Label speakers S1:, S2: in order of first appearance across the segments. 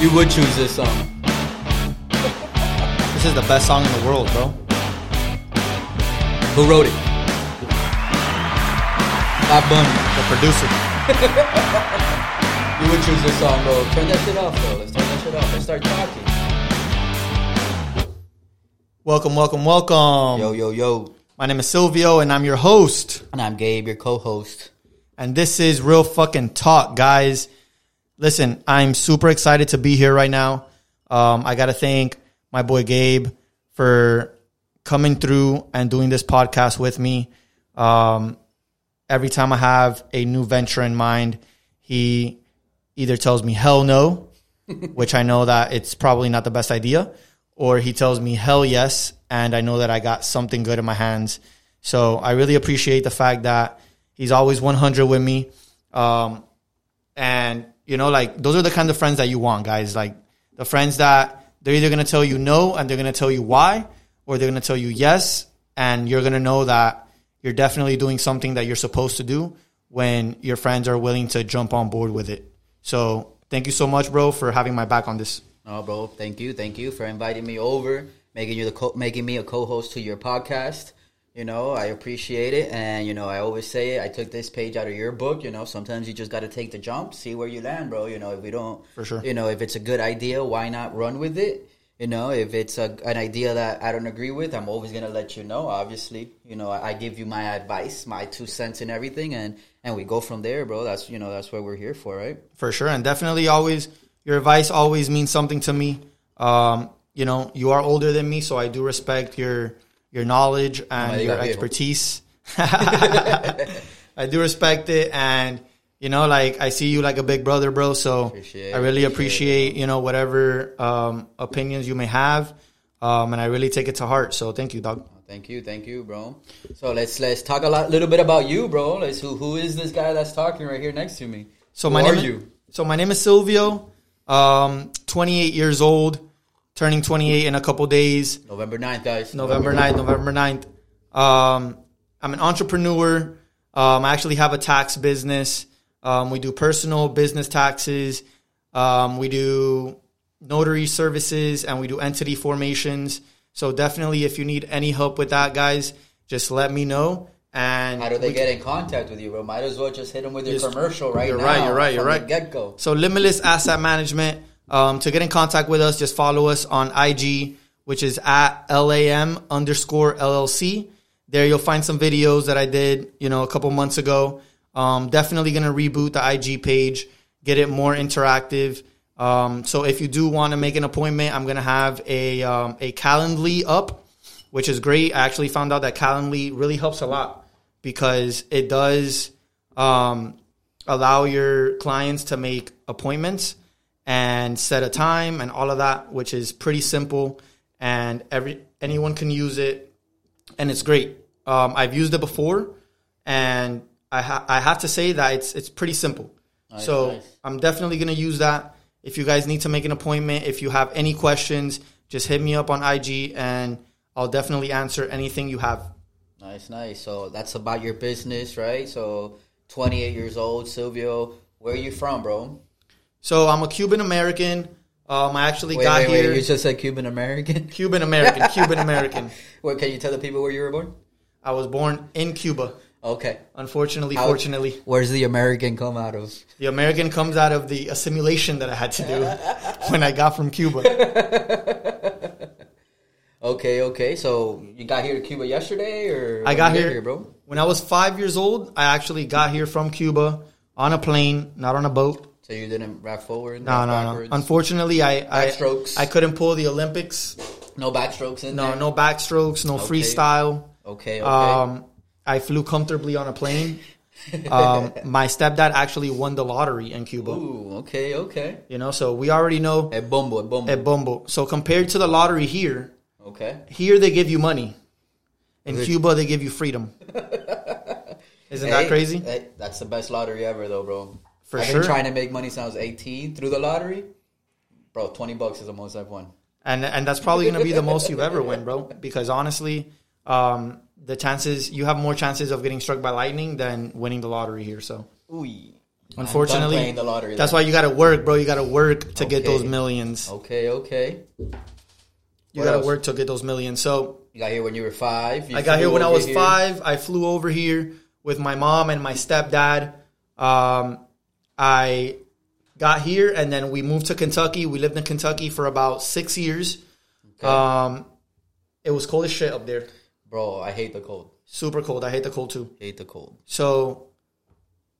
S1: You would choose this song.
S2: This is the best song in the world, bro.
S1: Who wrote it? Bob Bunny.
S2: The producer.
S1: You would choose this song, bro. Turn that shit off, though. Let's turn that shit off. Let's start talking.
S2: Welcome, welcome, welcome.
S1: Yo, yo, yo.
S2: My name is Silvio, and I'm your host.
S1: And I'm Gabe, your co-host.
S2: And this is real fucking talk, guys. Listen, I'm super excited to be here right now. Um, I got to thank my boy Gabe for coming through and doing this podcast with me. Um, every time I have a new venture in mind, he either tells me hell no, which I know that it's probably not the best idea, or he tells me hell yes, and I know that I got something good in my hands. So I really appreciate the fact that he's always 100 with me. Um, and you know, like those are the kind of friends that you want, guys. Like the friends that they're either gonna tell you no and they're gonna tell you why, or they're gonna tell you yes, and you're gonna know that you're definitely doing something that you're supposed to do when your friends are willing to jump on board with it. So thank you so much, bro, for having my back on this.
S1: No, bro. Thank you, thank you for inviting me over, making you the co- making me a co-host to your podcast. You know, I appreciate it, and you know, I always say it. I took this page out of your book. You know, sometimes you just got to take the jump, see where you land, bro. You know, if we don't,
S2: For sure.
S1: You know, if it's a good idea, why not run with it? You know, if it's a, an idea that I don't agree with, I'm always gonna let you know. Obviously, you know, I, I give you my advice, my two cents, and everything, and and we go from there, bro. That's you know, that's what we're here for, right?
S2: for sure and definitely always your advice always means something to me um you know you are older than me so i do respect your your knowledge and
S1: Ahí
S2: your
S1: va, viejo.
S2: expertise i do respect it and you know like i see you like a big brother bro so
S1: Appreciate
S2: i
S1: it, appreciate
S2: really
S1: it,
S2: appreciate you know whatever um opinions you may have um and i really take it to heart so thank you dog
S1: Thank you, thank you, bro. So let's let's talk a lot, little bit about you, bro. Let's who who is this guy that's talking right here next to me?
S2: So
S1: Who
S2: my
S1: are
S2: name
S1: you?
S2: So my name is Silvio. Um, 28 years old, turning 28 in a couple days.
S1: November 9th, guys.
S2: November 9th, November 9th. Um, I'm an entrepreneur. Um, I actually have a tax business. Um, we do personal business taxes. Um, we do notary services and we do entity formations. So definitely if you need any help with that, guys, just let me know. And
S1: How do
S2: we
S1: they get in contact with you, bro? Might as well just hit them with your
S2: Just-
S1: commercial right
S2: you're
S1: now.
S2: right, you're right, you're right.
S1: Get go.
S2: So Limitless Asset Management. Um, to get in contact with us, just follow us on IG, which is at LAM underscore LLC. There you'll find some videos that I did, you know, a couple months ago. Um, definitely going to reboot the IG page, get it more interactive. Um, so if you do want to make an appointment, I'm going to have a, um, a Calendly up, which is great. I actually found out that Calendly really helps a lot because it does, um, allow your clients to make appointments and set a time and all of that, which is pretty simple and every anyone can use it and it's great. Um, I've used it before and I ha- I have to say that it's it's pretty simple. so
S1: nice.
S2: I'm definitely gonna use that. If you guys need to make an appointment, if you have any questions, just hit me up on IG and I'll definitely answer anything you have.
S1: Nice, nice. So that's about your business, right? So 28 years old, Silvio. Where are you from, bro?
S2: So I'm a Cuban American. Um, I actually
S1: Wait,
S2: got
S1: wait,
S2: here.
S1: wait. You just said Cuban American.
S2: Cuban American, Cuban American.
S1: Wait, can you tell the people where you were born?
S2: I was born in Cuba.
S1: Okay.
S2: Unfortunately,
S1: How-
S2: fortunately,
S1: Where's the American come out of?
S2: the American comes out of the assimilation that I had to do when I got from Cuba.
S1: Okay, okay. So you got here to Cuba yesterday, or
S2: I
S1: when
S2: got
S1: you get
S2: here,
S1: bro.
S2: When I was five years old, I actually got here from Cuba on a plane, not on a boat.
S1: So you didn't rap forward.
S2: No,
S1: rap
S2: no, no.
S1: backwards?
S2: Unfortunately, I I,
S1: Backstrokes.
S2: I couldn't pull the Olympics.
S1: no backstrokes in
S2: No,
S1: there.
S2: no backstrokes, no freestyle.
S1: Okay, okay.
S2: Um, I flew comfortably on a plane. Um, my stepdad actually won the lottery in Cuba.
S1: Ooh, okay, okay.
S2: You know, so we already know
S1: A bombo, a bombo.
S2: a bombo. So compared to the lottery here,
S1: okay.
S2: here they give you money. In Cuba, they give you freedom. Isn't that
S1: Hey,
S2: crazy?
S1: hey, that's the best lottery ever, though, bro.
S2: For
S1: I've
S2: sure.
S1: been trying to make money since I was 18 through the lottery. Bro, 20 bucks is the most I've won.
S2: And and that's probably gonna be the most you've ever win, bro. Because honestly, um, the chances you have more chances of getting struck by lightning than winning the lottery here. So
S1: Ooh, done
S2: Unfortunately,
S1: playing the lottery
S2: That's
S1: then.
S2: why you got to work, bro. You got to work to get
S1: Okay.
S2: those millions.
S1: Okay, okay.
S2: You
S1: What
S2: got to
S1: else?
S2: work to get those millions. So
S1: You got here when you were five. You
S2: I got here
S1: flew
S2: when I
S1: over
S2: was
S1: here.
S2: five. I flew over here with my mom and my stepdad. Um, I got here and then we moved to Kentucky. We lived in Kentucky for about six years. Um, it was cold as shit up there.
S1: Bro, I hate the cold.
S2: Super cold. I hate the cold too.
S1: Hate the cold.
S2: So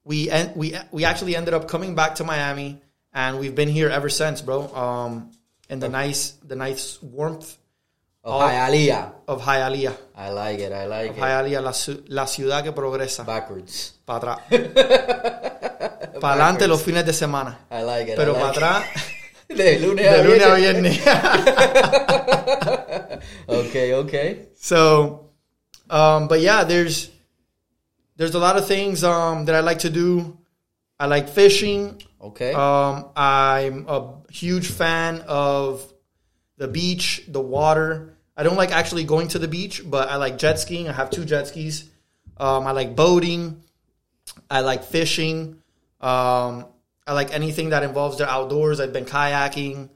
S2: we en- we we actually ended up coming back to Miami, and we've been here ever since, bro. Um, and the nice the nice warmth
S1: Oh, hi, Aliyah.
S2: of Hialeah,
S1: I like it. I like it.
S2: Hialeah, la, ci- la ciudad que progresa.
S1: Backwards.
S2: Para atrás, para adelante los fines de semana,
S1: I like it.
S2: pero
S1: I
S2: para
S1: like
S2: atrás
S1: it. De lunes a
S2: de lunes a
S1: viernes.
S2: viernes.
S1: Okay, okay.
S2: So, um, but yeah, there's there's a lot of things um that I like to do. I like fishing.
S1: Okay.
S2: Um, I'm a huge fan of the beach, the water. I don't like actually going to the beach, but I like jet skiing. I have two jet skis. Um, I like boating. I like fishing. Um, I like anything that involves the outdoors. I've been kayaking,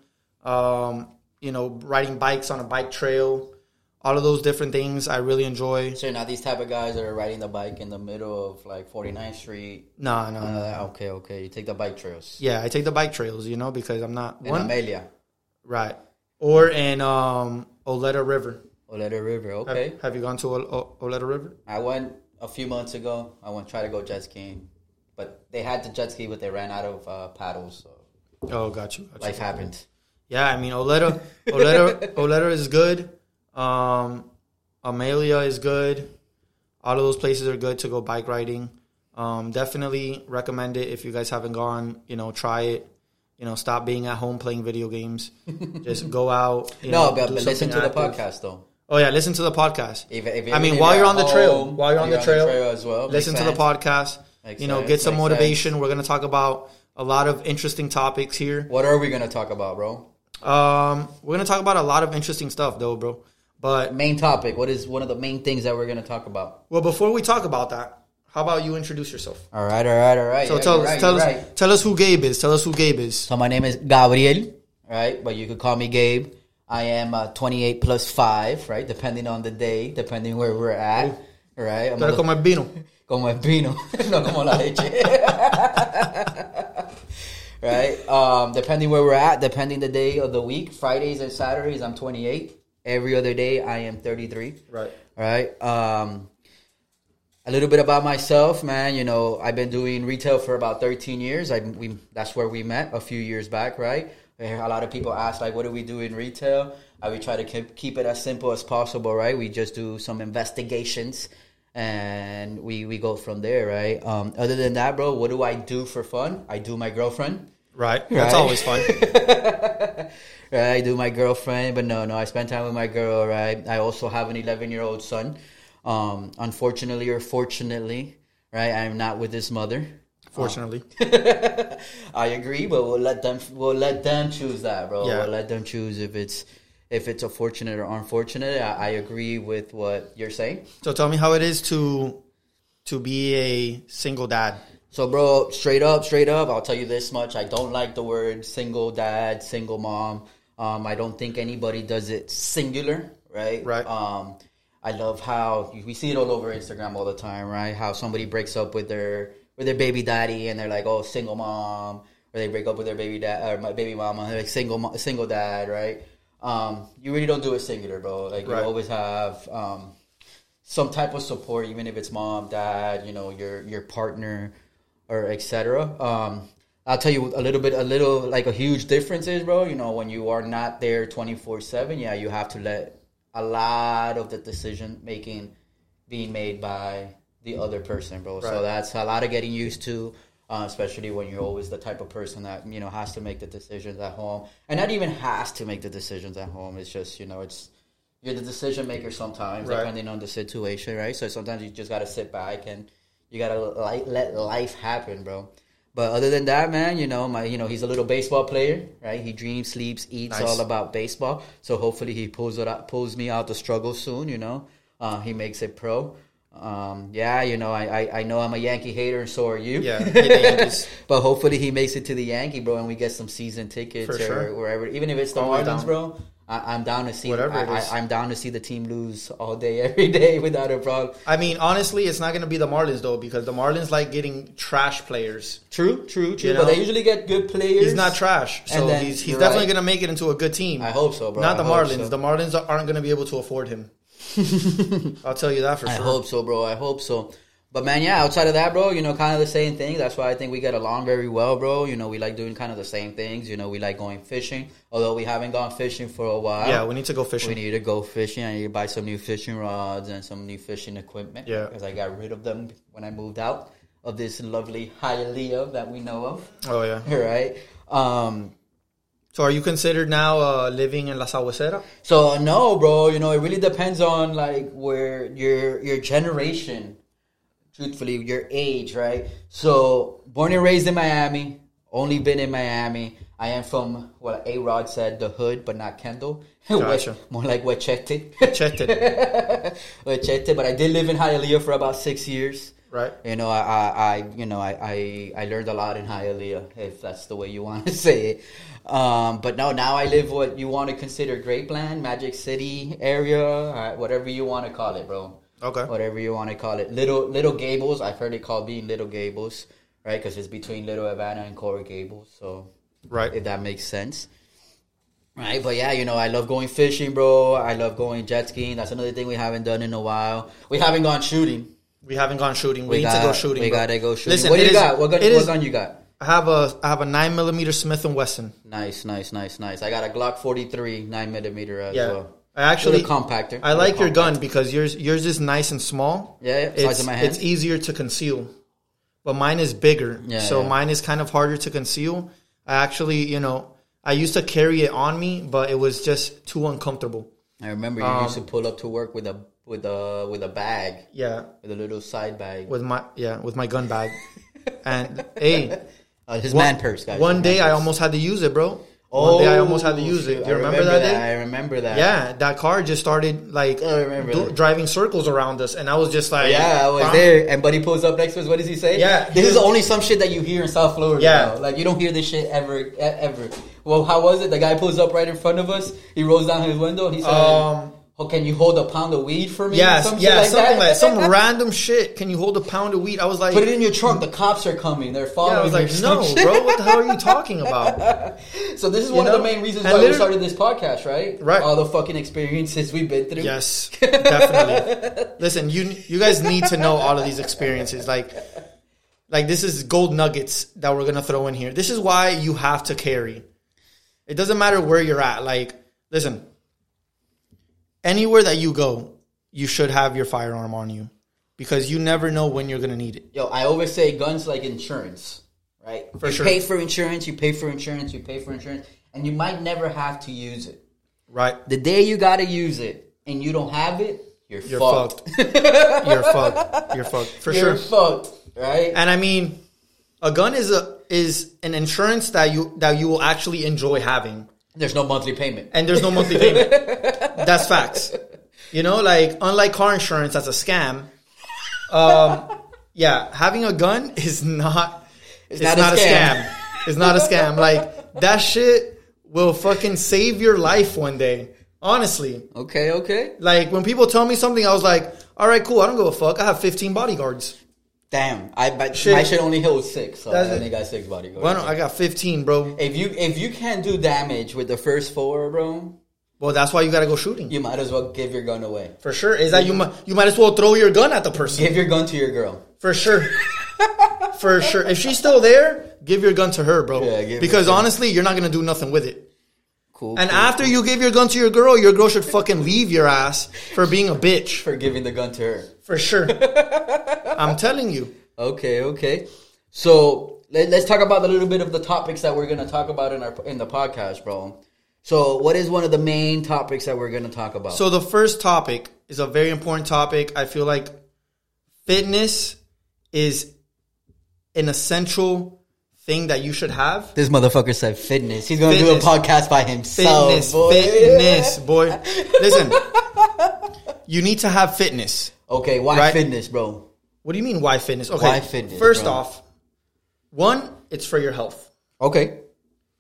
S2: um, you know, riding bikes on a bike trail. All of those different things I really enjoy.
S1: so you're not these type of guys that are riding the bike in the middle of like 49th Street.
S2: No, no, no.
S1: Uh, okay, okay. You take the bike trails.
S2: Yeah, I take the bike trails, you know, because I'm not
S1: In
S2: one
S1: Amelia.
S2: right or in um, Oleta River.
S1: Oleta River.
S2: Have-
S1: Okay.
S2: Have, you gone to Ol- O- Oleta River?
S1: I went a few months ago. I went try to go jet skiing, but they had the jet ski, but they ran out of uh, paddles. So
S2: Oh, got you. got you.
S1: life happened.
S2: yeah, I mean Oleta, Oleta, Oleta is good. Um, Amelia is good. All of those places are good to go bike riding. Um, definitely recommend it if you guys haven't gone. You know, try it. You know, stop being at home playing video games. Just go out. You
S1: No,
S2: know,
S1: but,
S2: do
S1: but listen to
S2: something
S1: the
S2: active.
S1: podcast though.
S2: Oh yeah, listen to the podcast.
S1: If, if
S2: I mean,
S1: if
S2: while you're
S1: at
S2: on the trail,
S1: home,
S2: while you're on the trail,
S1: as well. makes
S2: listen to the
S1: sense.
S2: podcast.
S1: Makes
S2: you know,
S1: sense,
S2: get some
S1: makes
S2: motivation. We're gonna talk about a lot of interesting topics here.
S1: What are we gonna talk about, bro?
S2: Um, we're gonna talk about a lot of interesting stuff, though, bro. But
S1: Main topic. What is one of the main things that we're gonna talk about?
S2: well, before we talk about that, how about you introduce yourself?
S1: All right, all right, all right.
S2: So
S1: Yeah,
S2: tell
S1: you're
S2: us,
S1: right,
S2: tell
S1: you're
S2: us,
S1: right.
S2: tell us who Gabe is. Tell us who Gabe is.
S1: So my name is Gabriel, right? But you could call me Gabe. I am uh, 28 plus five, right? Depending on the day, depending where we're at, right? I'm a
S2: Pero
S1: little-
S2: como el vino.
S1: como el vino, no como la leche. right? Um, depending where we're at, depending the day of the week, Fridays and Saturdays, I'm 28. Every other day, I am 33.
S2: Right.
S1: All right. Um, a little bit about myself, man. You know, I've been doing retail for about 13 years. I we that's where we met a few years back, right? I hear A lot of people ask like, "What do we do in retail?" I we try to keep keep it as simple as possible, right? We just do some investigations, and we we go from there, right? Um, other than that, bro, what do I do for fun? I do my girlfriend.
S2: Right.
S1: Right.
S2: That's always fun.
S1: right? I do my girlfriend, but no, no, I spend time with my girl, right? I also have an 11 year old son. Um, unfortunately or fortunately, right? I'm not with his mother.
S2: Fortunately,
S1: I agree, but we'll let them we'll let them choose that, bro.
S2: Yeah.
S1: We'll let them choose if it's if it's a fortunate or unfortunate. I, I agree with what you're saying.
S2: so tell me how it is to to be a single dad.
S1: So, bro, straight up, straight up, I'll tell you this much. I don't like the word single dad, single mom. Um, I don't think anybody does it singular, right?
S2: Right.
S1: Um, I love how we see it all over Instagram all the time, right? How somebody breaks up with their with their baby daddy and they're like, oh, single mom, or they break up with their baby dad or my baby mama, they're like single mo- single dad, right? Um, you really don't do it singular, bro. Like
S2: Right.
S1: you always have um, some type of support, even if it's mom, dad, you know, your your partner, or etc. Um, I'll tell you a little bit, a little like a huge difference is, bro. You know, when you are not there twenty four seven, yeah, you have to let a lot of the decision making being made by the other person, bro.
S2: Right.
S1: So that's a lot of getting used to. Uh, especially when you're always the type of person that you know has to make the decisions at home, and not even has to make the decisions at home. It's just you know it's you're the decision maker sometimes,
S2: Right.
S1: depending on the situation, right? So sometimes you just gotta sit back and you gotta li- let life happen, bro. But other than that, man, you know, my you know, he's a little baseball player, right? He dreams, sleeps, eats,
S2: Nice.
S1: all about baseball. So hopefully he pulls it out, pulls me out the struggle soon. You know, uh, he makes it pro. Um, yeah, you know, I, I, I know I'm a Yankee hater, and so are you.
S2: Yeah, hate the Yankees.
S1: but hopefully he makes it to the Yankee, bro, and we get some season tickets
S2: For
S1: or
S2: sure.
S1: wherever. Even if it's the
S2: Always
S1: Marlins,
S2: down.
S1: bro, I, I'm down to see.
S2: Whatever
S1: I,
S2: it is.
S1: I, I'm down to see the team lose all day, every day, without a problem.
S2: I mean, honestly, it's not going to be the Marlins though, because the Marlins like getting trash players.
S1: True, true, true.
S2: You
S1: But
S2: know?
S1: they usually get good players.
S2: He's not trash, so
S1: And then-
S2: he's he's
S1: you're
S2: definitely
S1: right.
S2: going to make it into a good team.
S1: I hope so, bro.
S2: Not
S1: I
S2: the
S1: hope
S2: Marlins.
S1: so.
S2: The Marlins aren't going to be able to afford him. I'll tell you that for
S1: I
S2: sure.
S1: hope so, bro. I hope so. But man, yeah, outside of that, bro, you know, kind of the same thing. That's why I think we get along very well, bro. You know, we like doing kind of the same things. You know, we like going fishing, although we haven't gone fishing for a while.
S2: Yeah, we need to go fishing.
S1: We need to go fishing. I need to buy some new fishing rods and some new fishing equipment.
S2: Yeah.
S1: Because I got rid of them when I moved out of this lovely Hialeah that we know of.
S2: oh yeah.
S1: right. Um,
S2: So are you considered now uh, living in La Sabuesera?
S1: so no, bro, you know, it really depends on like where your your generation, truthfully, your age, right? So born and raised in Miami, only been in Miami. I am from what A Rod said, the hood, but not Kendall. West-
S2: Gotcha.
S1: More like Wachete.
S2: Chete,
S1: Wachete, but I did live in Hialeah for about six years.
S2: right?
S1: You know, I, I, I you know, I, I, I learned a lot in Hialeah, if that's the way you want to say it. Um, but no, now I live what you want to consider Great Land, Magic City area, uh, whatever you want to call it, bro.
S2: Okay.
S1: Whatever you want to call it, Little Little Gables. I've heard it called being Little Gables, right? Because it's between Little Havana and Coral Gables. So
S2: Right.
S1: if that makes sense. Right, but yeah, you know, I love going fishing, bro. I love going jet skiing. That's another thing we haven't done in a while. We haven't gone shooting.
S2: We haven't gone shooting. We, need
S1: got-
S2: to go shooting.
S1: We
S2: bro.
S1: gotta go shooting.
S2: Listen,
S1: what do
S2: it
S1: you
S2: is-
S1: got? What gun,
S2: it
S1: what
S2: is-
S1: gun you got?
S2: I have a I have a nine millimeter Smith and Wesson.
S1: Nice, nice, nice, nice. I got a Glock 43 nine millimeter as
S2: Yeah.
S1: well.
S2: I actually
S1: Little compactor.
S2: I
S1: Little
S2: like your
S1: compact.
S2: gun because yours yours is nice and small.
S1: Yeah, yeah, size
S2: it's,
S1: of my hand.
S2: It's easier to conceal, but mine is bigger.
S1: Yeah,
S2: so
S1: yeah.
S2: mine is kind of harder to conceal. I actually, you know, I used to carry it on me, but it was just too uncomfortable.
S1: I remember you used
S2: um,
S1: to pull up to work with a with a with a bag,
S2: Yeah,
S1: with a little side bag.
S2: with my yeah with my gun bag, and hey,
S1: Uh, his man purse, guys.
S2: one
S1: his
S2: day
S1: man
S2: I
S1: purse.
S2: almost had to use it, bro. One day I almost had to use
S1: shoot,
S2: it. Do
S1: I
S2: you remember, that, day?
S1: I remember that.
S2: Yeah, that car just started like
S1: I remember
S2: do-
S1: that.
S2: driving circles around us, and I was just like,
S1: Yeah, I was
S2: "Bam."
S1: there. And Buddy pulls up next to us. What does he say?
S2: Yeah.
S1: This is only some shit that you hear in South Florida.
S2: Yeah.
S1: bro. Like, you don't hear this shit ever, e- ever. Well, how was it? The guy pulls up right in front of us. He rolls down his window and he says,
S2: Um,
S1: Oh, can you hold a pound of weed for me? or
S2: Yes,
S1: some shit
S2: yeah,
S1: like
S2: something
S1: that?
S2: like some random shit. Can you hold a pound of weed? I was like,
S1: Put it in your trunk. The cops are coming. They're following
S2: yeah, I was like,
S1: you or
S2: no,
S1: some shit.
S2: bro, what the hell are you talking about?
S1: So this is one of the
S2: know?
S1: main reasons
S2: And
S1: why we
S2: literally-
S1: started this podcast, right?
S2: Right.
S1: All the fucking experiences we've been through.
S2: Yes, definitely. Listen, you you guys need to know all of these experiences. Like, like this is gold nuggets that we're gonna throw in here. This is why you have to carry. It doesn't matter where you're at. Like, listen, anywhere that you go, you should have your firearm on you because you never know when you're gonna need it.
S1: Yo, I always say guns like insurance, right? For you
S2: sure.
S1: pay for insurance, you pay for insurance, you pay for insurance, and you might never have to use it.
S2: Right?
S1: The day you gotta use it and you don't have it, you're,
S2: You're
S1: fucked.
S2: fucked. You're fucked. You're fucked for
S1: You're
S2: sure.
S1: fucked, right?
S2: And I mean, a gun is a is an insurance that you that you will actually enjoy having,
S1: There's no monthly payment.
S2: and there's no monthly payment. That's facts. You know, like unlike car insurance, that's a scam. Um, yeah, having a gun is not it's,
S1: not
S2: not,
S1: a
S2: a
S1: scam.
S2: scam. It's not a scam. Like that shit will fucking save your life one day. Honestly,
S1: Okay, okay.
S2: like when people tell me something, I was like, "All right, cool. I don't give a fuck. I have 15 bodyguards."
S1: Damn, I but
S2: Shit.
S1: my shit only heals six, so
S2: That's
S1: I
S2: it.
S1: only got six bodyguards.
S2: Why don't I got 15, bro?
S1: if you if you can't do damage with the first four, bro,
S2: Well, that's why you gotta go shooting.
S1: you might as well give your gun away.
S2: For sure. Is that you might you might as well throw your gun at the person.
S1: Give your gun to your girl.
S2: For sure. For sure. If she's still there, give your gun to her, bro.
S1: Yeah, give it
S2: because
S1: to her.
S2: honestly, you're not gonna do nothing with it.
S1: Cool.
S2: And
S1: cool.
S2: after you give your gun to your girl, your girl should fucking leave your ass for being a bitch.
S1: for giving the gun to her.
S2: For sure. I'm telling you.
S1: Okay, okay. So let, let's talk about a little bit of the topics that we're going to talk about in our in the podcast, bro. So what is one of the main topics that we're going to talk about?
S2: So the first topic is a very important topic. I feel like fitness is an essential thing that you should have.
S1: this motherfucker said fitness. He's going to do a
S2: Fitness.
S1: podcast by himself.
S2: fitness,
S1: boy.
S2: fitness, boy. Listen, you need to have fitness.
S1: Okay, why
S2: Right.
S1: fitness, bro?
S2: What do you mean why fitness? Okay.
S1: Why fitness,
S2: First
S1: bro?
S2: off, one, it's for your health,
S1: Okay.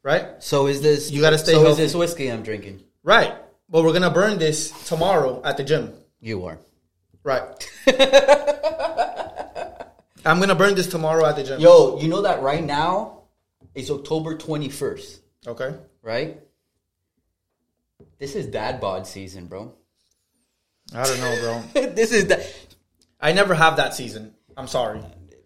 S2: right?
S1: So is this
S2: You gotta stay
S1: So
S2: healthy.
S1: is this whiskey I'm drinking?
S2: Right. But we're gonna burn this tomorrow at the gym.
S1: You are.
S2: Right. I'm gonna burn this tomorrow at the gym.
S1: Yo, you know that right now it's October 21st,
S2: Okay.
S1: right? This is dad bod season, bro.
S2: I don't know, bro.
S1: this is that.
S2: I never have that season. I'm sorry.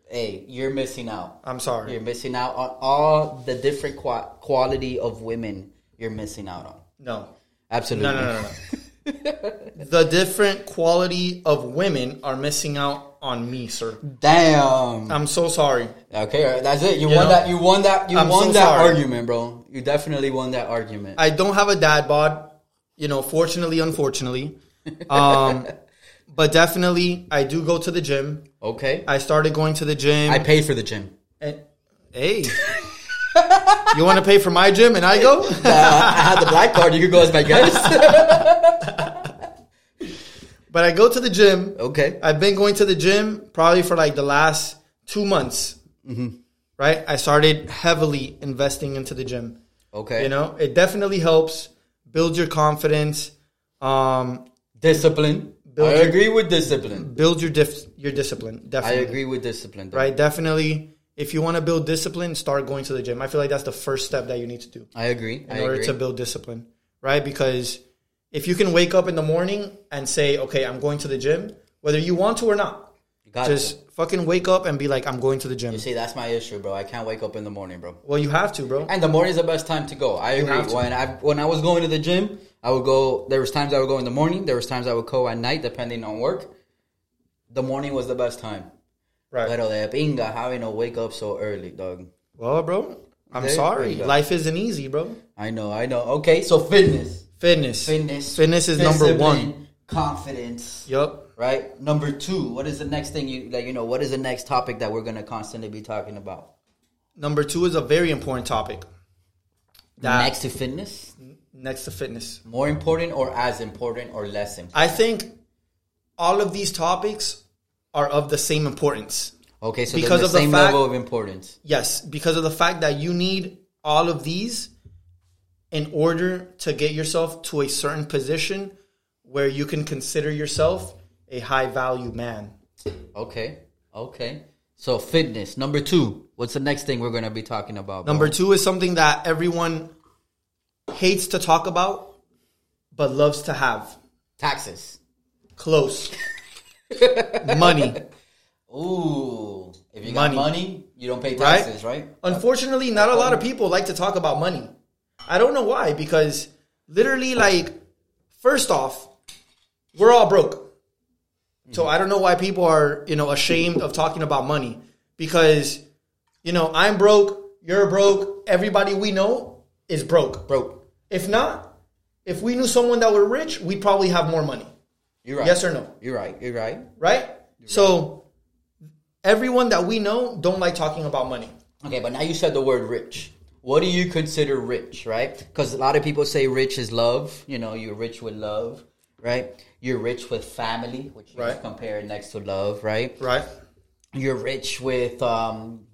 S1: Hey, you're missing out.
S2: I'm
S1: You're
S2: sorry.
S1: missing out on all the different qua- quality of women you're missing out on.
S2: No.
S1: Absolutely.
S2: No, no, no, no, no. the different quality of women are missing out on me, sir.
S1: Damn.
S2: I'm so sorry.
S1: Okay, all right, that's it. You, won
S2: know,
S1: that. You won that. You
S2: I'm
S1: won
S2: so
S1: that
S2: sorry.
S1: argument, bro. You definitely won that argument.
S2: I don't have a dad bod, you know, fortunately, unfortunately. Um, but definitely, I do go to the gym.
S1: okay. I,
S2: I started going to the gym.
S1: pay for the gym.
S2: and, hey. you want to pay for my gym and I go?
S1: Uh, I have the black card. You can go as my guest.
S2: but I go to the gym.
S1: okay.
S2: I've been going to the gym probably for like the last two months. Right? I started heavily investing into the gym.
S1: Okay.
S2: You know, it definitely helps build your confidence, um,
S1: discipline. I
S2: your-
S1: agree with discipline.
S2: build your dif- your discipline.
S1: I
S2: Definitely,
S1: agree with discipline. though.
S2: right? Definitely, if you want to build discipline, start going to the gym. I feel like that's the first step that you need to do
S1: I agree. I
S2: in order
S1: agree.
S2: to build discipline, right? Because if you can wake up in the morning and say, "Okay, I'm going to the gym," whether you want to or not,
S1: Got
S2: just fucking wake up and be like, "I'm going to the gym."
S1: it. See, that's my issue, bro. I can't wake up in the morning, bro.
S2: Well, you have to, bro.
S1: And the morning is the best time to go. I agree.
S2: have to.
S1: When I when I was going to the gym, I would go. There was times I would go in the morning. There was times I would go at night, depending on work. The morning was the best time.
S2: Right.
S1: Pero de pinga, having to wake up so early, dog.
S2: Well, bro, I'm
S1: There
S2: sorry.
S1: you go.
S2: Life isn't easy, bro.
S1: I know, I know. Okay, so fitness,
S2: Fitness.
S1: fitness,
S2: Fitness is number
S1: discipline,
S2: one.
S1: Confidence,
S2: Yup.
S1: right? Number two. What is the next thing you like? You know, what is the next topic that we're gonna constantly be talking about?
S2: Number two is a very important topic. That
S1: next to fitness,
S2: next to fitness.
S1: more important or as important or less important?
S2: I think all of these topics are of the same importance.
S1: Okay, so
S2: Because
S1: because the
S2: of the
S1: same
S2: fact-
S1: level of importance.
S2: Yes, because of the fact that you need all of these in order to get yourself to a certain position where you can consider yourself a high value man.
S1: Okay. Okay. So fitness number two. What's the next thing we're gonna be talking about? bro?
S2: Number two is something that everyone hates to talk about but loves to have.
S1: taxes.
S2: Close. Money.
S1: Ooh, if you
S2: Money.
S1: got money, you don't pay
S2: Right?
S1: taxes, right?
S2: Unfortunately, not a lot of people like to talk about money. I don't know why, because literally, like, first off, we're all broke. So I don't know why people are, you know, ashamed of talking about money because, you know, I'm broke, you're broke, everybody we know is broke.
S1: Broke.
S2: If not, if we knew someone that were rich, we'd probably have more money,
S1: You're right.
S2: Yes or no?
S1: You're right. You're right.
S2: right? So everyone that we know don't like talking about money.
S1: Okay, but now you said the word rich. What do you consider rich, right? Because a lot of people say rich is love. You know, you're rich with love, right? You're rich with family, which you
S2: Right.
S1: compare next to love, right?
S2: Right.
S1: you're rich with um,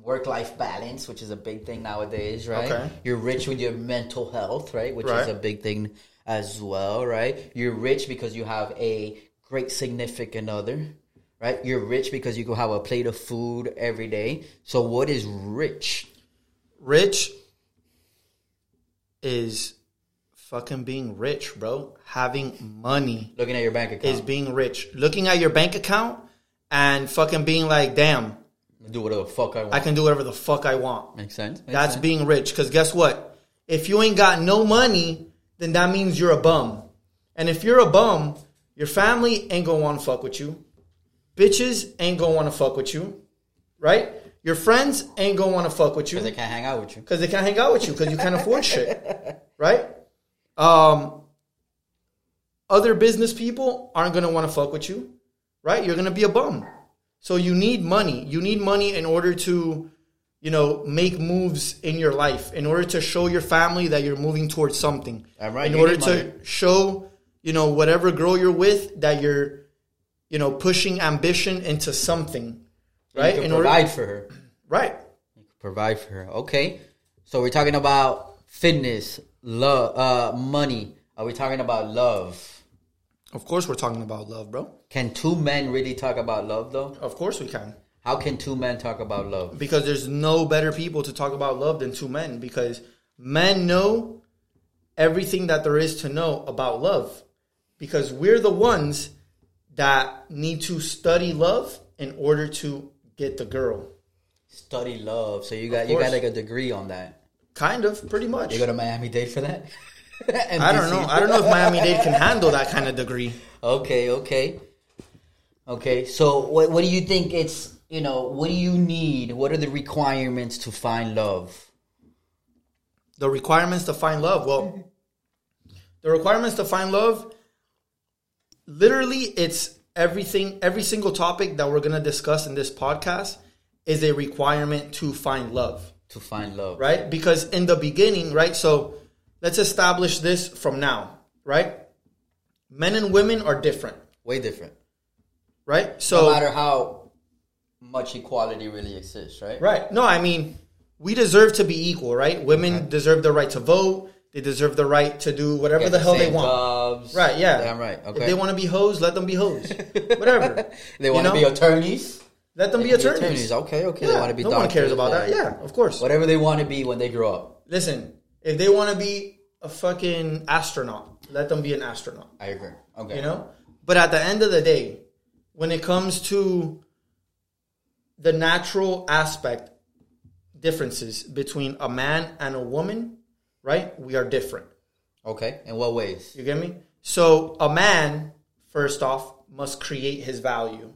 S1: work life balance, which is a big thing nowadays, right?
S2: Okay.
S1: You're rich with your mental health, right? Which
S2: Right.
S1: is a big thing as well, right? You're rich because you have a great significant other, right? You're rich because you can have a plate of food every day. So, what is rich?
S2: Rich is fucking being rich, bro. Having money
S1: Looking at your bank account,
S2: is being rich. Looking at your bank account and fucking being like, damn,
S1: do whatever the fuck I want.
S2: I can do whatever the fuck I want.
S1: Makes sense. Makes
S2: That's
S1: sense.
S2: being rich. Because guess what? If you ain't got no money, then that means you're a bum. And if you're a bum, your family ain't gonna wanna fuck with you. Bitches ain't gonna wanna fuck with you. Right? Your friends ain't gonna wanna fuck with you.
S1: they can't hang out with you.
S2: because they can't hang out with you because you can't afford shit, right? Um, other business people aren't gonna want to fuck with you, right? You're gonna be a bum. So you need money. You need money in order to, you know, make moves in your life. In order to show your family that you're moving towards something.
S1: All right,
S2: in
S1: you
S2: order
S1: need
S2: to
S1: money.
S2: show, you know, whatever girl you're with that you're you know, pushing ambition into something,
S1: You
S2: right?
S1: could
S2: In order-
S1: provide for her.
S2: right.
S1: Provide for her. Okay. So we're talking about fitness, love, uh, money. Are we talking about love?
S2: Of course, we're talking about love, bro.
S1: Can two men really talk about love though?
S2: Of course, we can.
S1: How can two men talk about love?
S2: because there's no better people to talk about love than two men because men know everything that there is to know about love because we're the ones that need to study love in order to get the girl
S1: Study love. So you got you
S2: course.
S1: got like a degree on that.
S2: kind of pretty much
S1: You go to Miami Dade for that?
S2: i don't know i don't know if miami-dade can handle that kind of degree
S1: Okay, okay. Okay, so what, what do you think it's, you know, what do you need? What are the requirements to find love?
S2: the requirements to find love well the requirements to find love literally it's everything every single topic that we're going to discuss in this podcast is a requirement to find love
S1: To find love.
S2: right because in the beginning right so let's establish this from now right men and women are different
S1: Way different.
S2: right
S1: No
S2: so
S1: matter how much equality really exists, right?
S2: Right. No, I mean, we deserve to be equal, right? Women deserve the right to vote. They deserve the right to do whatever
S1: Get
S2: the, hell they
S1: same
S2: want.
S1: jobs.
S2: Right. Yeah.
S1: Damn right. Okay.
S2: If they want to be hoes, let them be hoes. whatever.
S1: They want to be
S2: know?
S1: attorneys.
S2: Let them be attorneys.
S1: Okay, okay.
S2: Yeah.
S1: They want to be
S2: no one
S1: doctors
S2: cares about
S1: or
S2: that. Yeah, of course.
S1: Whatever they want to be when they grow up.
S2: Listen, if they want to be a fucking astronaut, let them be an astronaut.
S1: I agree. Okay.
S2: you know but at the end of the day when it comes to the natural aspect differences between a man and a woman right we are different
S1: Okay. In what ways?
S2: you get me so a man first off must create his value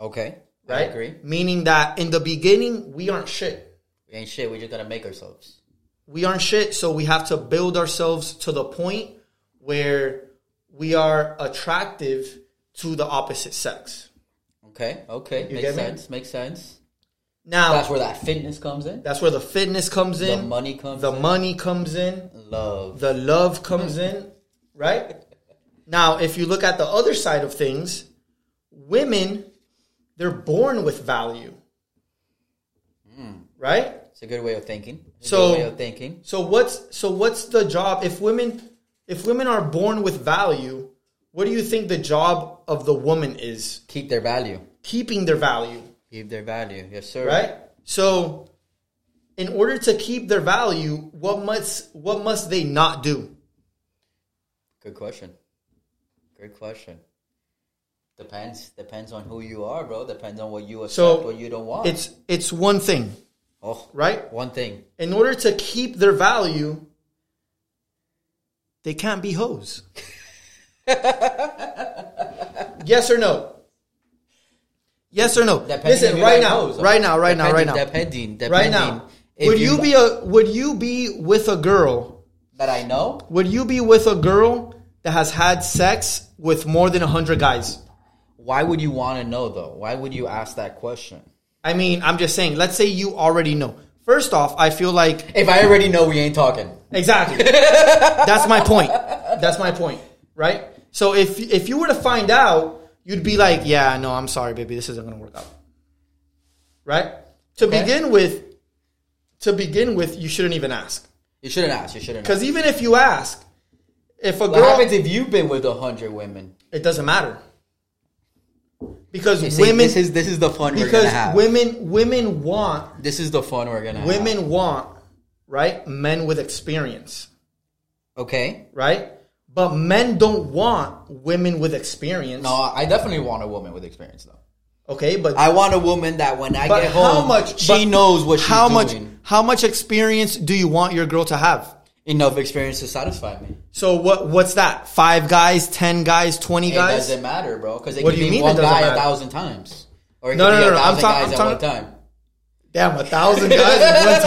S1: Okay.
S2: right
S1: I agree.
S2: meaning that in the beginning we aren't shit
S1: We ain't shit. We just gotta make ourselves.
S2: we aren't shit so we have to build ourselves to the point where we are attractive to the opposite sex
S1: Okay. Okay.
S2: get
S1: Makes
S2: me?
S1: sense. Makes sense.
S2: now
S1: That's where that fitness comes in.
S2: That's where the fitness comes
S1: The
S2: in,
S1: money comes.
S2: the
S1: in.
S2: money comes in,
S1: love.
S2: the love comes in, right? Now, if you look at the other side of things, women, they're born with value,
S1: Hmm.
S2: right?
S1: It's a good way of thinking. It's a
S2: So-
S1: good way of thinking.
S2: So what's so what's the job if women if women are born with value? What do you think the job of the woman is?
S1: Keep their value.
S2: Keeping their value.
S1: Keep their value. Yes, sir.
S2: right? So, in order to keep their value, what must what must they not do?
S1: Good question. Good question. Depends. Depends on who you are, bro. Depends on what you accept,
S2: So,
S1: what you don't want.
S2: It's it's one thing,
S1: oh,
S2: right?
S1: one thing.
S2: In order to keep their value, they can't be hoes. yes or no? Yes or no?
S1: Depending if
S2: Listen,
S1: you
S2: right
S1: like
S2: now,
S1: hoes,
S2: right now, right now, right
S1: depending-
S2: now,
S1: Depending, depending.
S2: right now.
S1: If
S2: Would you be a would you be with a girl
S1: that I know?
S2: Would you be with a girl that has had sex with more than 100 guys?
S1: Why would you want to know though? Why would you ask that question?
S2: I mean, I'm just saying, let's say you already know. First off, I feel like
S1: If I already know, we ain't talking.
S2: exactly. That's my point. That's my point, right? So if if you were to find out, you'd be like, "Yeah, no, I'm sorry, baby. This isn't going to work out." Right? To
S1: Okay.
S2: begin with, to begin with, you shouldn't even ask.
S1: You shouldn't ask. You shouldn't. Ask.
S2: Cuz even if you ask, if a
S1: What
S2: girl
S1: happens if you've been with a hundred women?
S2: it doesn't matter. Because
S1: See,
S2: women
S1: This is this is the fun we're gonna
S2: because
S1: have.
S2: women women want
S1: this is the fun we're gonna have.
S2: women want right men with experience
S1: Okay.
S2: right but men don't want women with experience
S1: No, Uh, I definitely want a woman with experience though.
S2: okay but,
S1: I want a woman that when I
S2: but
S1: get home,
S2: how much
S1: she
S2: but
S1: knows what she's
S2: how
S1: doing.
S2: much how much experience do you want your girl to have
S1: Enough experience to satisfy me.
S2: so what what's that five guys ten guys 20
S1: It
S2: guys
S1: doesn't matter, bro. Because it
S2: What
S1: could
S2: do you
S1: be
S2: mean it
S1: one
S2: doesn't
S1: guy
S2: matter?
S1: a thousand times, or it
S2: No,
S1: could
S2: no,
S1: be a
S2: no, no, I'm
S1: 1000
S2: talk-
S1: guys
S2: I'm
S1: at
S2: talking-
S1: one time.
S2: damn a thousand guys at one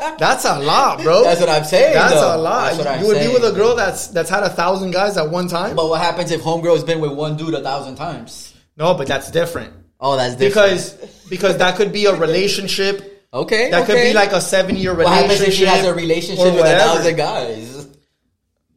S2: time that's a lot bro
S1: That's what I'm saying,
S2: that's
S1: though.
S2: a lot
S1: That's what I'm
S2: you would
S1: saying.
S2: be with a girl that's that's had a thousand guys at one time
S1: But what happens if homegirl's been with one dude a thousand times?
S2: no but that's different
S1: Oh, that's different.
S2: because because that could be a relationship.
S1: okay,
S2: That could
S1: okay.
S2: be like a seven year relationship.
S1: what happens if she has a
S2: or
S1: relationship with a
S2: whatever.
S1: thousand guys?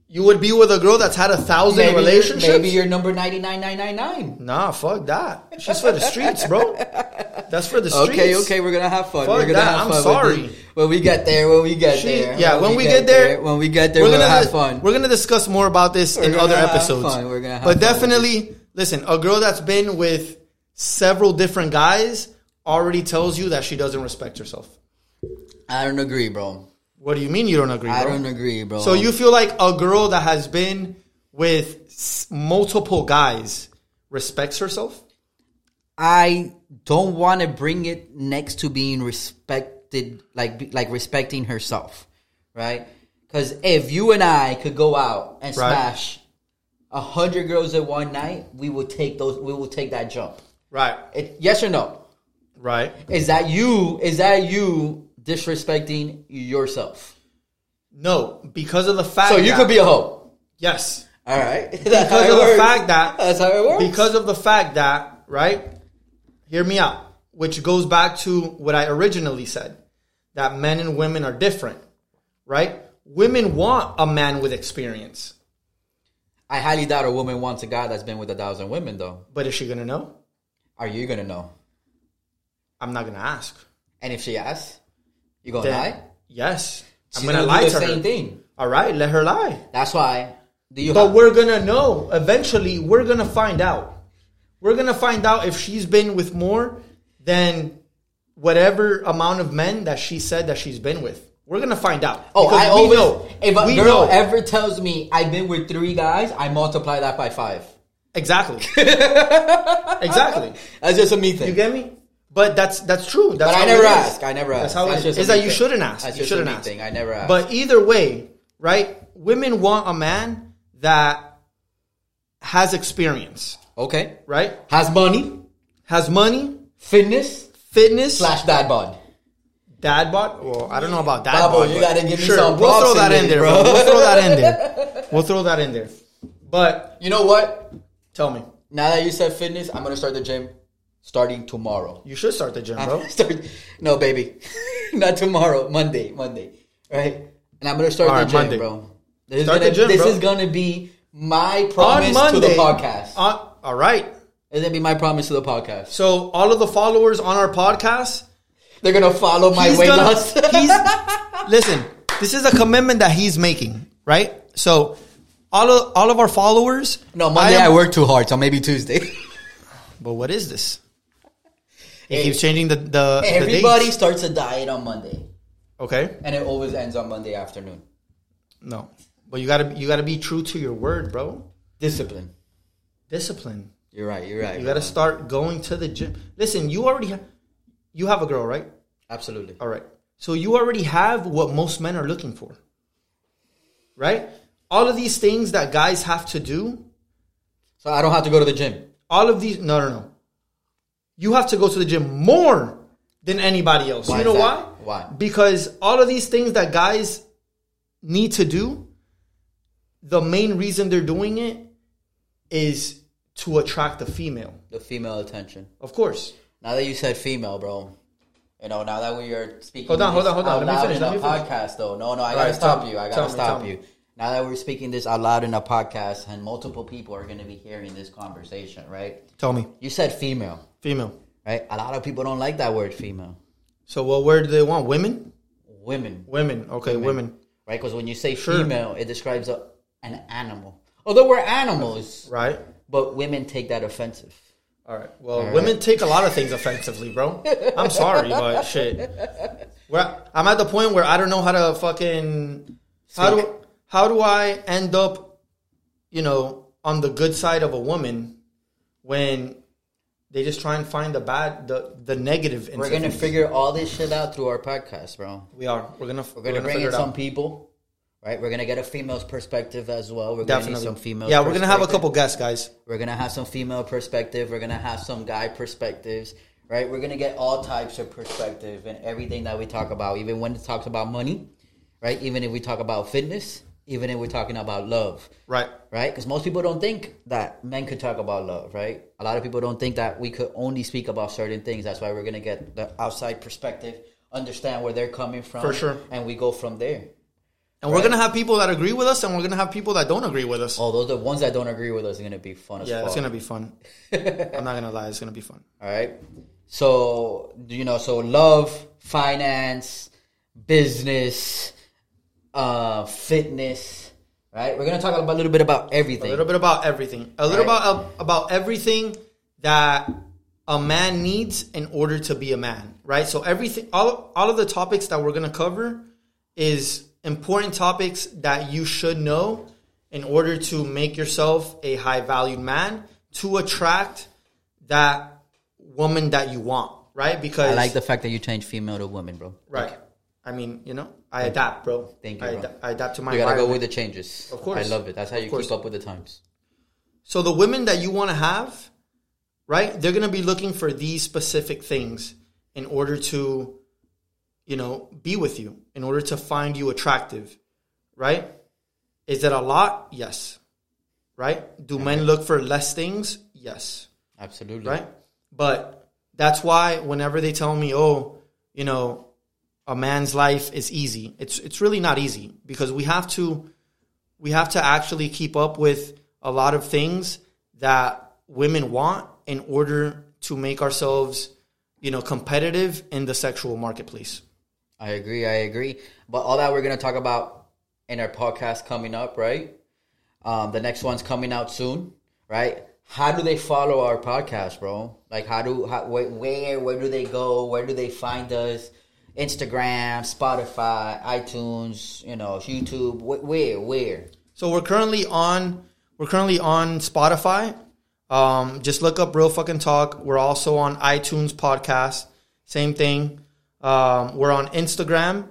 S2: You would be with a girl that's had a thousand
S1: Maybe, you're-
S2: relationships.
S1: maybe you're number 99999.
S2: Nah, fuck that. She's for the streets, bro. That's for the streets.
S1: Okay, okay, we're gonna have fun.
S2: Fuck
S1: we're gonna
S2: that,
S1: have
S2: I'm
S1: fun. with
S2: sorry.
S1: it. When we get there, when we get
S2: She-
S1: there,
S2: yeah, when we get there,
S1: when we get there, we'll have fun.
S2: We're gonna discuss more about this
S1: We're
S2: in
S1: gonna
S2: other
S1: have
S2: episodes.
S1: fun. We're gonna have fun
S2: but
S1: with
S2: definitely, listen, a girl that's been with several different guys already tells you that she doesn't respect herself.
S1: I don't agree, bro.
S2: What do you mean you don't agree?
S1: I
S2: bro?
S1: don't agree, bro.
S2: So you feel like a girl that has been with s- multiple guys respects herself?
S1: I don't want to bring it next to being respected, like be- like respecting herself, right? Because if you and I could go out and
S2: Right.
S1: smash a hundred girls at one night, we will take those. We will take that jump.
S2: Right.
S1: It, yes or no?
S2: Right.
S1: Is that you? Is that you disrespecting yourself?
S2: No, because of the fact.
S1: So you
S2: that-
S1: could be a hoe.
S2: yes.
S1: All right. That's how
S2: because
S1: it
S2: of the
S1: works.
S2: fact that
S1: that's how it works.
S2: because of the fact that right hear me out which goes back to what i originally said that men and women are different right women want a man with experience
S1: I highly doubt a woman wants a guy that's been with a thousand women, though.
S2: but is she gonna know
S1: Are you gonna know?
S2: i'm not gonna ask
S1: And if she asks, you gonna
S2: Then-
S1: lie?
S2: yes
S1: She's
S2: i'm gonna,
S1: do
S2: lie
S1: the
S2: to
S1: same
S2: her
S1: thing.
S2: all right let her lie
S1: That's why. Do you?
S2: but
S1: have-
S2: we're gonna know eventually we're gonna find out we're gonna find out if she's been with more than whatever amount of men that she said that she's been with we're gonna find out
S1: oh,
S2: Because
S1: I
S2: we
S1: always.
S2: know.
S1: If a
S2: We
S1: girl
S2: know.
S1: ever tells me I've been with three guys, I multiply that by five.
S2: exactly exactly
S1: That's just a me thing.
S2: you get me but that's that's true that's
S1: but I
S2: how
S1: never
S2: it is.
S1: ask. I never ask.
S2: that's how it is.
S1: just a
S2: Is that
S1: me
S2: you
S1: thing.
S2: shouldn't ask.
S1: That's
S2: you
S1: just a
S2: shouldn't
S1: me
S2: ask.
S1: thing. I never ask.
S2: But either way, right? Women want a man that has experience,
S1: okay,
S2: right?
S1: has money,
S2: Has money,
S1: fitness
S2: fitness,
S1: slash dad bod.
S2: Dad bod? Well, I don't know about dad
S1: Babo,
S2: bod.
S1: you
S2: but
S1: gotta give me some
S2: We'll
S1: props
S2: throw
S1: in
S2: that
S1: there,
S2: in there,
S1: bro.
S2: bro. We'll throw that in there. We'll throw that in there. But
S1: You know what?
S2: tell me,
S1: Now that you said fitness, I'm gonna start the gym starting tomorrow.
S2: you should start the gym, bro.
S1: Start- no, baby, not tomorrow. Monday, Monday, right? And I'm gonna start
S2: All
S1: the
S2: right,
S1: gym,
S2: Monday.
S1: bro. This is
S2: Start
S1: gonna,
S2: the gym,
S1: This
S2: bro.
S1: is gonna be my
S2: On
S1: promise
S2: Monday,
S1: to the podcast.
S2: on- all right.
S1: it's gonna be my promise to the podcast.
S2: So all of the followers on our podcast,
S1: They're gonna follow my
S2: he's
S1: weight
S2: gonna-
S1: loss.
S2: he's- listen. This is a commitment that he's making, right? So all of all of our followers.
S1: no, Monday I,
S2: am-
S1: work too hard, so maybe Tuesday.
S2: But what is this? He
S1: Hey.
S2: keeps changing the the the dates.
S1: Everybody starts a diet on Monday,
S2: Okay.
S1: and it always ends on Monday afternoon.
S2: No. But you gotta you gotta be true to your word, bro.
S1: Discipline.
S2: Discipline.
S1: You're right. You're right.
S2: You got to
S1: bro.
S2: start going to the gym. Listen, you already have, you have a girl, right?
S1: Absolutely.
S2: All right. So you already have what most men are looking for. Right? All of these things that guys have to do,
S1: So I don't have to go to the gym.
S2: all of these no, no, no. You have to go to the gym more than anybody else.
S1: Why
S2: you
S1: is
S2: know why?
S1: that? Why?
S2: Because all of these things that guys need to do, the main reason they're doing it is to attract the female.
S1: The female attention.
S2: Of course.
S1: Now that you said female, bro, you know, now that we are speaking
S2: Hold on,
S1: this
S2: hold on, hold on.
S1: out
S2: Let me
S1: loud
S2: finish,
S1: in
S2: let
S1: a
S2: me finish.
S1: podcast, though. No, no, I
S2: All
S1: gotta
S2: right,
S1: stop
S2: tell me,
S1: you. I
S2: tell
S1: gotta
S2: me,
S1: stop
S2: tell me.
S1: you. Now that we're speaking this out loud in a podcast, and multiple people are gonna be hearing this conversation, right?
S2: Tell me.
S1: You said female,
S2: Female.
S1: right? A lot of people don't like that word, female.
S2: So what word do they want? Women?
S1: Women,
S2: Women. Okay, women.
S1: right? Because when you say
S2: Sure.
S1: female, it describes a, an animal. Although we're animals,
S2: Right?
S1: but women take that offensive.
S2: All right. Well, women take a lot of things offensively, bro. I'm sorry, but shit. Where I'm at the point where I don't know how to fucking how
S1: Speak.
S2: do how do I end up, you know, on the good side of a woman when they just try and find the bad the the negative in
S1: We're gonna figure all this shit out through our podcast, bro.
S2: we are. We're gonna
S1: We're gonna bring
S2: figure
S1: in
S2: it
S1: some
S2: out.
S1: people, right? We're gonna get a female's perspective as well. We're gonna
S2: Definitely.
S1: need some female.
S2: yeah, we're gonna have a
S1: perspective.
S2: couple guests, guys.
S1: We're gonna have some female perspective. We're gonna have some guy perspectives, right? We're gonna get all types of perspective and everything that we talk about, even when it talks about money, right? Even if we talk about fitness, even if we're talking about love,
S2: Right.
S1: right? Because most people don't think that men could talk about love, right? A lot of people don't think that we could only speak about certain things. That's why we're gonna get the outside perspective, understand where they're coming from,
S2: For sure.
S1: and we go from there.
S2: And we're gonna have people that agree with us, and we're gonna have people that don't agree with us.
S1: Oh, those the ones that don't agree with us are gonna be fun as
S2: yeah,
S1: fuck.
S2: it's gonna be fun. I'm not gonna lie, it's gonna be fun.
S1: All right. So you know, so love, finance, business, uh, fitness. Right. We're gonna talk about, a little bit about everything.
S2: A little bit about everything. A little
S1: Right.
S2: about about everything that a man needs in order to be a man, right? So everything, all all of the topics that we're gonna cover is important topics that you should know in order to make yourself a high valued man to attract that woman that you want, right? Because
S1: I like the fact that you changed female to woman, bro.
S2: right. I mean, you know, I adapt, bro.
S1: Thank you,
S2: I,
S1: bro.
S2: ad- I adapt to my
S1: You gotta go
S2: environment.
S1: with the changes. Of
S2: course.
S1: I love it. That's how you
S2: course.
S1: keep up with the times.
S2: So the women that you want to have, right? They're going to be looking for these specific things in order to, you know, be with you, in order to find you attractive, right? Is that a lot? Yes. Right? Do men look for less things? Yes
S1: Absolutely.
S2: right? But that's why whenever they tell me, "Oh, you know, a man's life is easy," it's it's really not easy because we have to we have to actually keep up with a lot of things that women want in order to make ourselves, you know, competitive in the sexual marketplace.
S1: I agree. I agree. But all that we're going to talk about in our podcast coming up, right? Um, the next one's coming out soon, right? How do they follow our podcast, bro? Like, how do, how, where, where, where do they go? Where do they find us? Instagram, Spotify, iTunes, you know, YouTube. Wh- Where, where?
S2: So we're currently on we're currently on Spotify. Um, just look up Real Fucking Talk. We're also on iTunes podcast. Same thing. Um, we're on Instagram,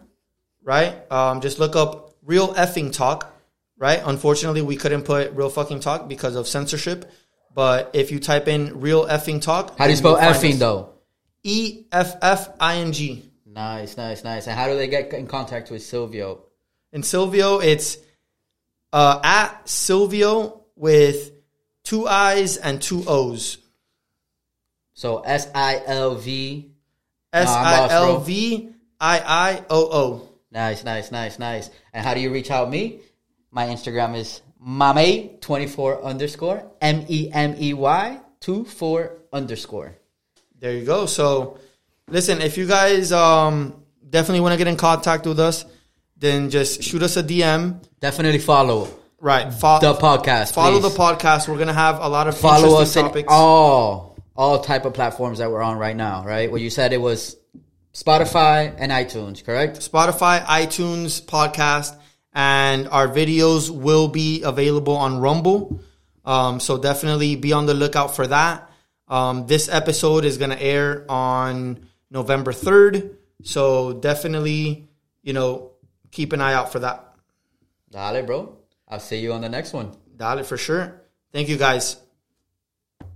S2: right? Um, just look up Real Effing Talk, right? Unfortunately, we couldn't put Real Fucking Talk because of censorship. But if you type in Real Effing Talk,
S1: How do you spell effing, though?
S2: E F F I N G.
S1: Nice, nice, nice. And how do they get in contact with Silvio?
S2: And Silvio, it's uh, at Silvio with two I's and two O's.
S1: So S I L V
S2: S I
S1: lost, bro.
S2: L V I I O O.
S1: Nice, nice, nice, nice. And how do you reach out me? My Instagram is mame24 underscore M E M E Y 24 underscore.
S2: There you go. So, listen, if you guys um, definitely want to get in contact with us, then just shoot us a DM.
S1: Definitely follow
S2: Right. Fo-
S1: the podcast.
S2: follow
S1: please.
S2: the podcast. We're gonna have a lot of
S1: Follow us
S2: interesting
S1: in
S2: topics.
S1: all all type of platforms that we're on right now. Right? What you said it was Spotify and iTunes, correct?
S2: Spotify, iTunes, podcast, and our videos will be available on Rumble. Um, so definitely be on the lookout for that. Um, this episode is going to air on November 3rd. So definitely, you know, keep an eye out for that.
S1: Dale, bro. I'll see you on the next one.
S2: Dale for sure. Thank you guys.